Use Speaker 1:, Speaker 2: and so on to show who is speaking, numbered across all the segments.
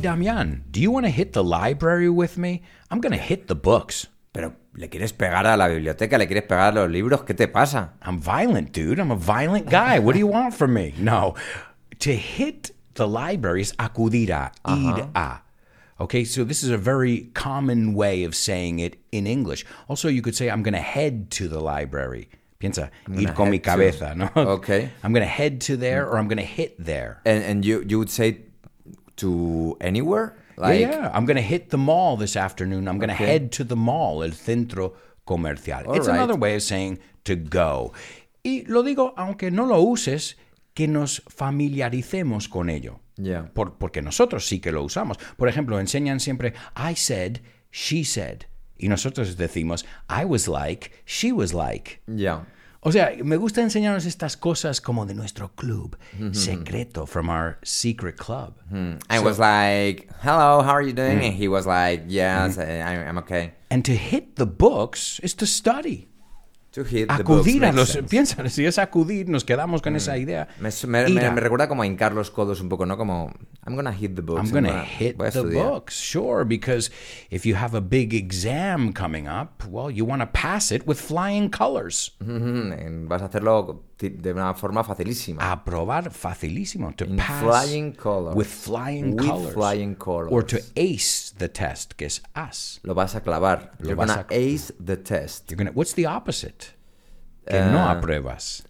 Speaker 1: Damian, do you want to hit the library with me? I'm going to hit the books.
Speaker 2: Pero, ¿le quieres pegar a la biblioteca? ¿Le quieres pegar a los libros? ¿Qué te pasa?
Speaker 1: I'm violent, dude. I'm a violent guy. What do you want from me? No. To hit the library is acudir a,
Speaker 2: Uh-huh.
Speaker 1: ir a. Okay, so this is a very common way of saying it in English. Also, you could say, I'm going to head to the library. Piensa, ir con mi
Speaker 2: head to-
Speaker 1: cabeza, no?
Speaker 2: Okay.
Speaker 1: I'm going to head to there or I'm going to hit there.
Speaker 2: And, and you, you would say to anywhere?
Speaker 1: Yeah,
Speaker 2: Like,
Speaker 1: yeah, I'm going to hit the mall this afternoon. I'm going to head to the mall, el centro comercial. it's
Speaker 2: right.
Speaker 1: another way of saying to go. Y lo digo, aunque no lo uses, que nos familiaricemos con ello.
Speaker 2: Yeah.
Speaker 1: Por- porque nosotros sí que lo usamos. Por ejemplo, enseñan siempre, I said, she said. Y nosotros decimos, I was like, she was like.
Speaker 2: yeah.
Speaker 1: O sea, me gusta enseñarnos estas cosas como de nuestro club secreto, from our secret club.
Speaker 2: Mm. I was like, hello, how are you doing?
Speaker 1: Mm.
Speaker 2: And he was like, yes,
Speaker 1: Mm-hmm.
Speaker 2: eh, I, I'm okay.
Speaker 1: And to hit the books is to study.
Speaker 2: To hit the books
Speaker 1: Acudir a
Speaker 2: makes
Speaker 1: los.
Speaker 2: sense.
Speaker 1: Piensa, si es acudir, nos quedamos con esa idea.
Speaker 2: Me, su- me- me-
Speaker 1: Ir a-
Speaker 2: me recuerda como a hincar los codos un poco, ¿no? Como, I'm gonna hit the books.
Speaker 1: I'm going to hit
Speaker 2: voy a
Speaker 1: the
Speaker 2: estudiar.
Speaker 1: books, sure, because if you have a big exam coming up, well, you want to pass it with flying colors.
Speaker 2: Ujú, Mm-hmm. en- Vas a hacerlo ti- de una forma facilísima.
Speaker 1: Aprobar facilísimo. To
Speaker 2: In
Speaker 1: pass
Speaker 2: flying colors.
Speaker 1: with flying
Speaker 2: With
Speaker 1: colors.
Speaker 2: flying
Speaker 1: Or to
Speaker 2: colors.
Speaker 1: ace the test, que es as.
Speaker 2: Lo vas a clavar.
Speaker 1: Lo
Speaker 2: You're
Speaker 1: vas
Speaker 2: gonna
Speaker 1: a-
Speaker 2: ace the test.
Speaker 1: You're gonna, what's the opposite? Que no apruebas.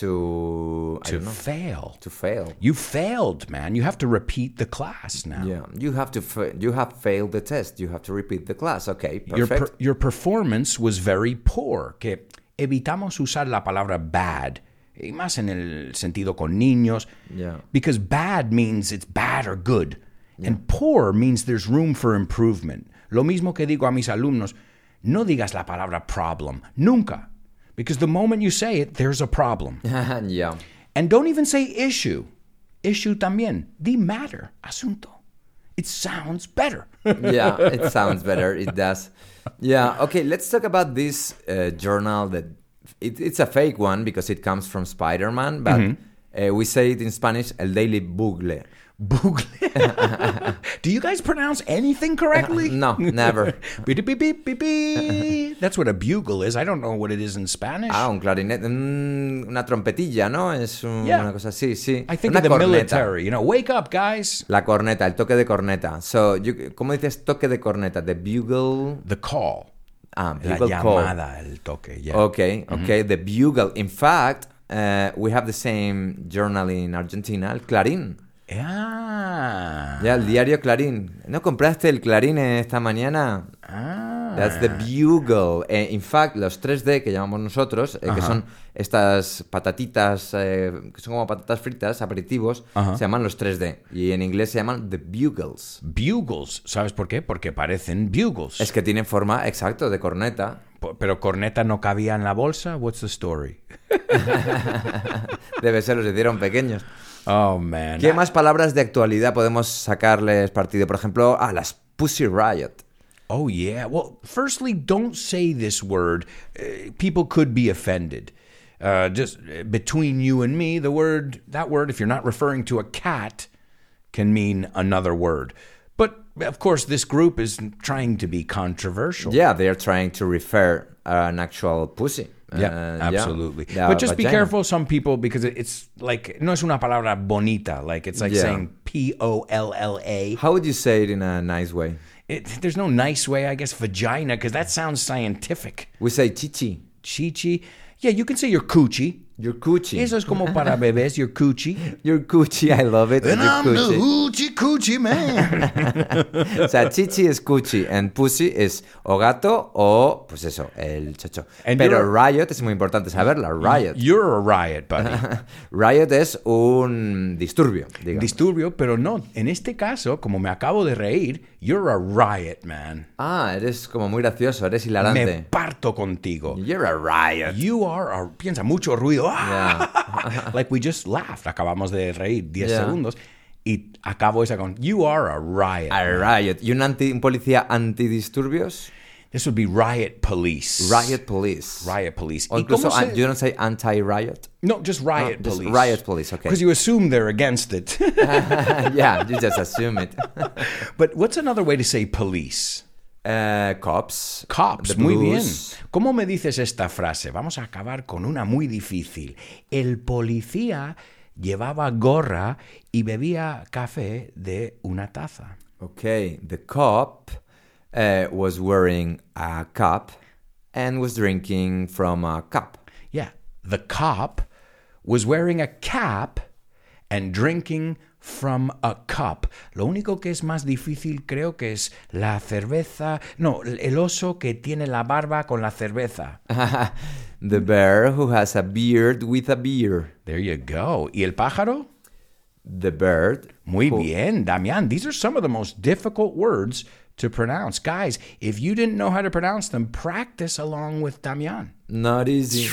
Speaker 2: To, Uh, I
Speaker 1: To
Speaker 2: don't know,
Speaker 1: fail.
Speaker 2: to fail.
Speaker 1: You failed, man. You have to repeat the class now.
Speaker 2: Yeah, Um, you have to fa- you have failed the test. You have to repeat the class. Okay,
Speaker 1: your,
Speaker 2: perfect.
Speaker 1: per, your performance was very poor. Que evitamos usar la palabra bad, y más en el sentido con niños,
Speaker 2: Yeah.
Speaker 1: because bad means it's bad or good, and poor means there's room for improvement. Lo mismo que digo a mis alumnos, no digas la palabra problem, nunca, because the moment you say it, there's a problem.
Speaker 2: yeah,
Speaker 1: And don't even say issue. Issue también. Di matter, asunto. It sounds better.
Speaker 2: yeah, it sounds better. It does. Yeah. Okay, let's talk about this uh, journal that it, it's a fake one because it comes from Spider-Man, but
Speaker 1: Mm-hmm.
Speaker 2: uh, we say it in Spanish, el Daily Bugle.
Speaker 1: Bugle. Do you guys pronounce anything correctly?
Speaker 2: No, never.
Speaker 1: beep, beep, beep, beep, beep. That's what a bugle is. I don't know what it is in Spanish.
Speaker 2: Ah, un clarinete, mm, una trompetilla, ¿no? Es un-
Speaker 1: Yeah.
Speaker 2: una cosa así, sí.
Speaker 1: I think
Speaker 2: una
Speaker 1: of the
Speaker 2: corneta.
Speaker 1: military. You know, wake up, guys.
Speaker 2: La corneta, el toque de corneta. So, you, ¿cómo dices toque de corneta? The bugle.
Speaker 1: The call.
Speaker 2: Ah,
Speaker 1: La
Speaker 2: bugle call. Oh.
Speaker 1: llamada, el toque. Yeah.
Speaker 2: Okay, okay, the bugle. In fact, uh, we have the same journal in Argentina, el Clarín.
Speaker 1: Ah.
Speaker 2: Ya, el diario Clarín. ¿No compraste el Clarín esta mañana?
Speaker 1: Ah.
Speaker 2: That's the bugle. Eh, in fact, los 3D que llamamos nosotros, eh, que son estas patatitas, eh, que son como patatas fritas, aperitivos, se llaman los 3D. Y en inglés se llaman the bugles.
Speaker 1: Bugles. ¿Sabes por qué? Porque parecen bugles.
Speaker 2: Es que tienen forma, exacto, de corneta.
Speaker 1: Po- Pero corneta no cabía en la bolsa. What's the story?
Speaker 2: Debe ser, los hicieron pequeños.
Speaker 1: Oh, man.
Speaker 2: ¿Qué más palabras de actualidad podemos sacarles partido? Por ejemplo, a las Pussy Riot.
Speaker 1: Oh, yeah. Well, firstly, don't say this word. Uh, people could be offended. Uh, just uh, between you and me, the word, that word, if you're not referring to a cat, can mean another word. But of course, this group is trying to be controversial.
Speaker 2: Yeah, they are trying to refer an actual pussy.
Speaker 1: Yeah,
Speaker 2: Uh,
Speaker 1: absolutely.
Speaker 2: yeah,
Speaker 1: But just be
Speaker 2: vagina.
Speaker 1: careful, some people, because it- it's like, no es una palabra bonita. Like, it's like
Speaker 2: Yeah.
Speaker 1: saying P O L L A.
Speaker 2: How would you say it in a nice way?
Speaker 1: It- There's no nice way, I guess, vagina, because that sounds scientific.
Speaker 2: We say chichi.
Speaker 1: chichi. Yeah, you can say your coochie.
Speaker 2: Your coochie.
Speaker 1: Eso es como para bebés, your coochie.
Speaker 2: Your coochie, I love it. your coochie.
Speaker 1: hoochie coochie man.
Speaker 2: o sea, chichi es coochie and pussy es o gato o, pues eso, el chocho.
Speaker 1: And
Speaker 2: Pero
Speaker 1: you're-
Speaker 2: riot es muy importante saberla. Riot.
Speaker 1: You're a riot, buddy.
Speaker 2: Riot es un disturbio, digamos.
Speaker 1: Disturbio, pero no. En este caso, como me acabo de reír, you're a riot, man.
Speaker 2: ah, eres como muy gracioso, eres
Speaker 1: Me
Speaker 2: hilarante.
Speaker 1: parto contigo.
Speaker 2: You're a riot.
Speaker 1: You are a... Piensa, mucho ruido. Ah! like we just laughed. Acabamos de reír 10
Speaker 2: Yeah.
Speaker 1: segundos. Y acabo esa con... You are a riot.
Speaker 2: A riot. ¿Y un, anti- un policía antidisturbios?
Speaker 1: This would be riot police.
Speaker 2: Riot police.
Speaker 1: Riot police.
Speaker 2: O
Speaker 1: ¿Y cómo
Speaker 2: incluso,
Speaker 1: se-
Speaker 2: an- you don't say anti-riot?
Speaker 1: no, just riot
Speaker 2: just
Speaker 1: police.
Speaker 2: riot police, okay.
Speaker 1: Because you assume they're against it.
Speaker 2: yeah, you just assume it.
Speaker 1: but what's another way to say police?
Speaker 2: Uh, cops.
Speaker 1: Cops,
Speaker 2: the
Speaker 1: muy bien.
Speaker 2: blues.
Speaker 1: ¿Cómo me dices esta frase? Vamos a acabar con una muy difícil. El policía llevaba gorra y bebía café de una taza.
Speaker 2: Okay, the cop uh, was wearing a cup and was drinking from a cup.
Speaker 1: Yeah, the cop was wearing a cap and drinking from a cup. Lo único que es más difícil creo que es la cerveza, no, el oso que tiene la barba con la cerveza.
Speaker 2: the bear who has a beard with a beer.
Speaker 1: There you go. ¿Y el pájaro?
Speaker 2: The bird.
Speaker 1: Muy
Speaker 2: who-
Speaker 1: bien, Damián. These are some of the most difficult words to pronounce. Guys, if you didn't know how to pronounce them, practice along with Damián.
Speaker 2: Not easy.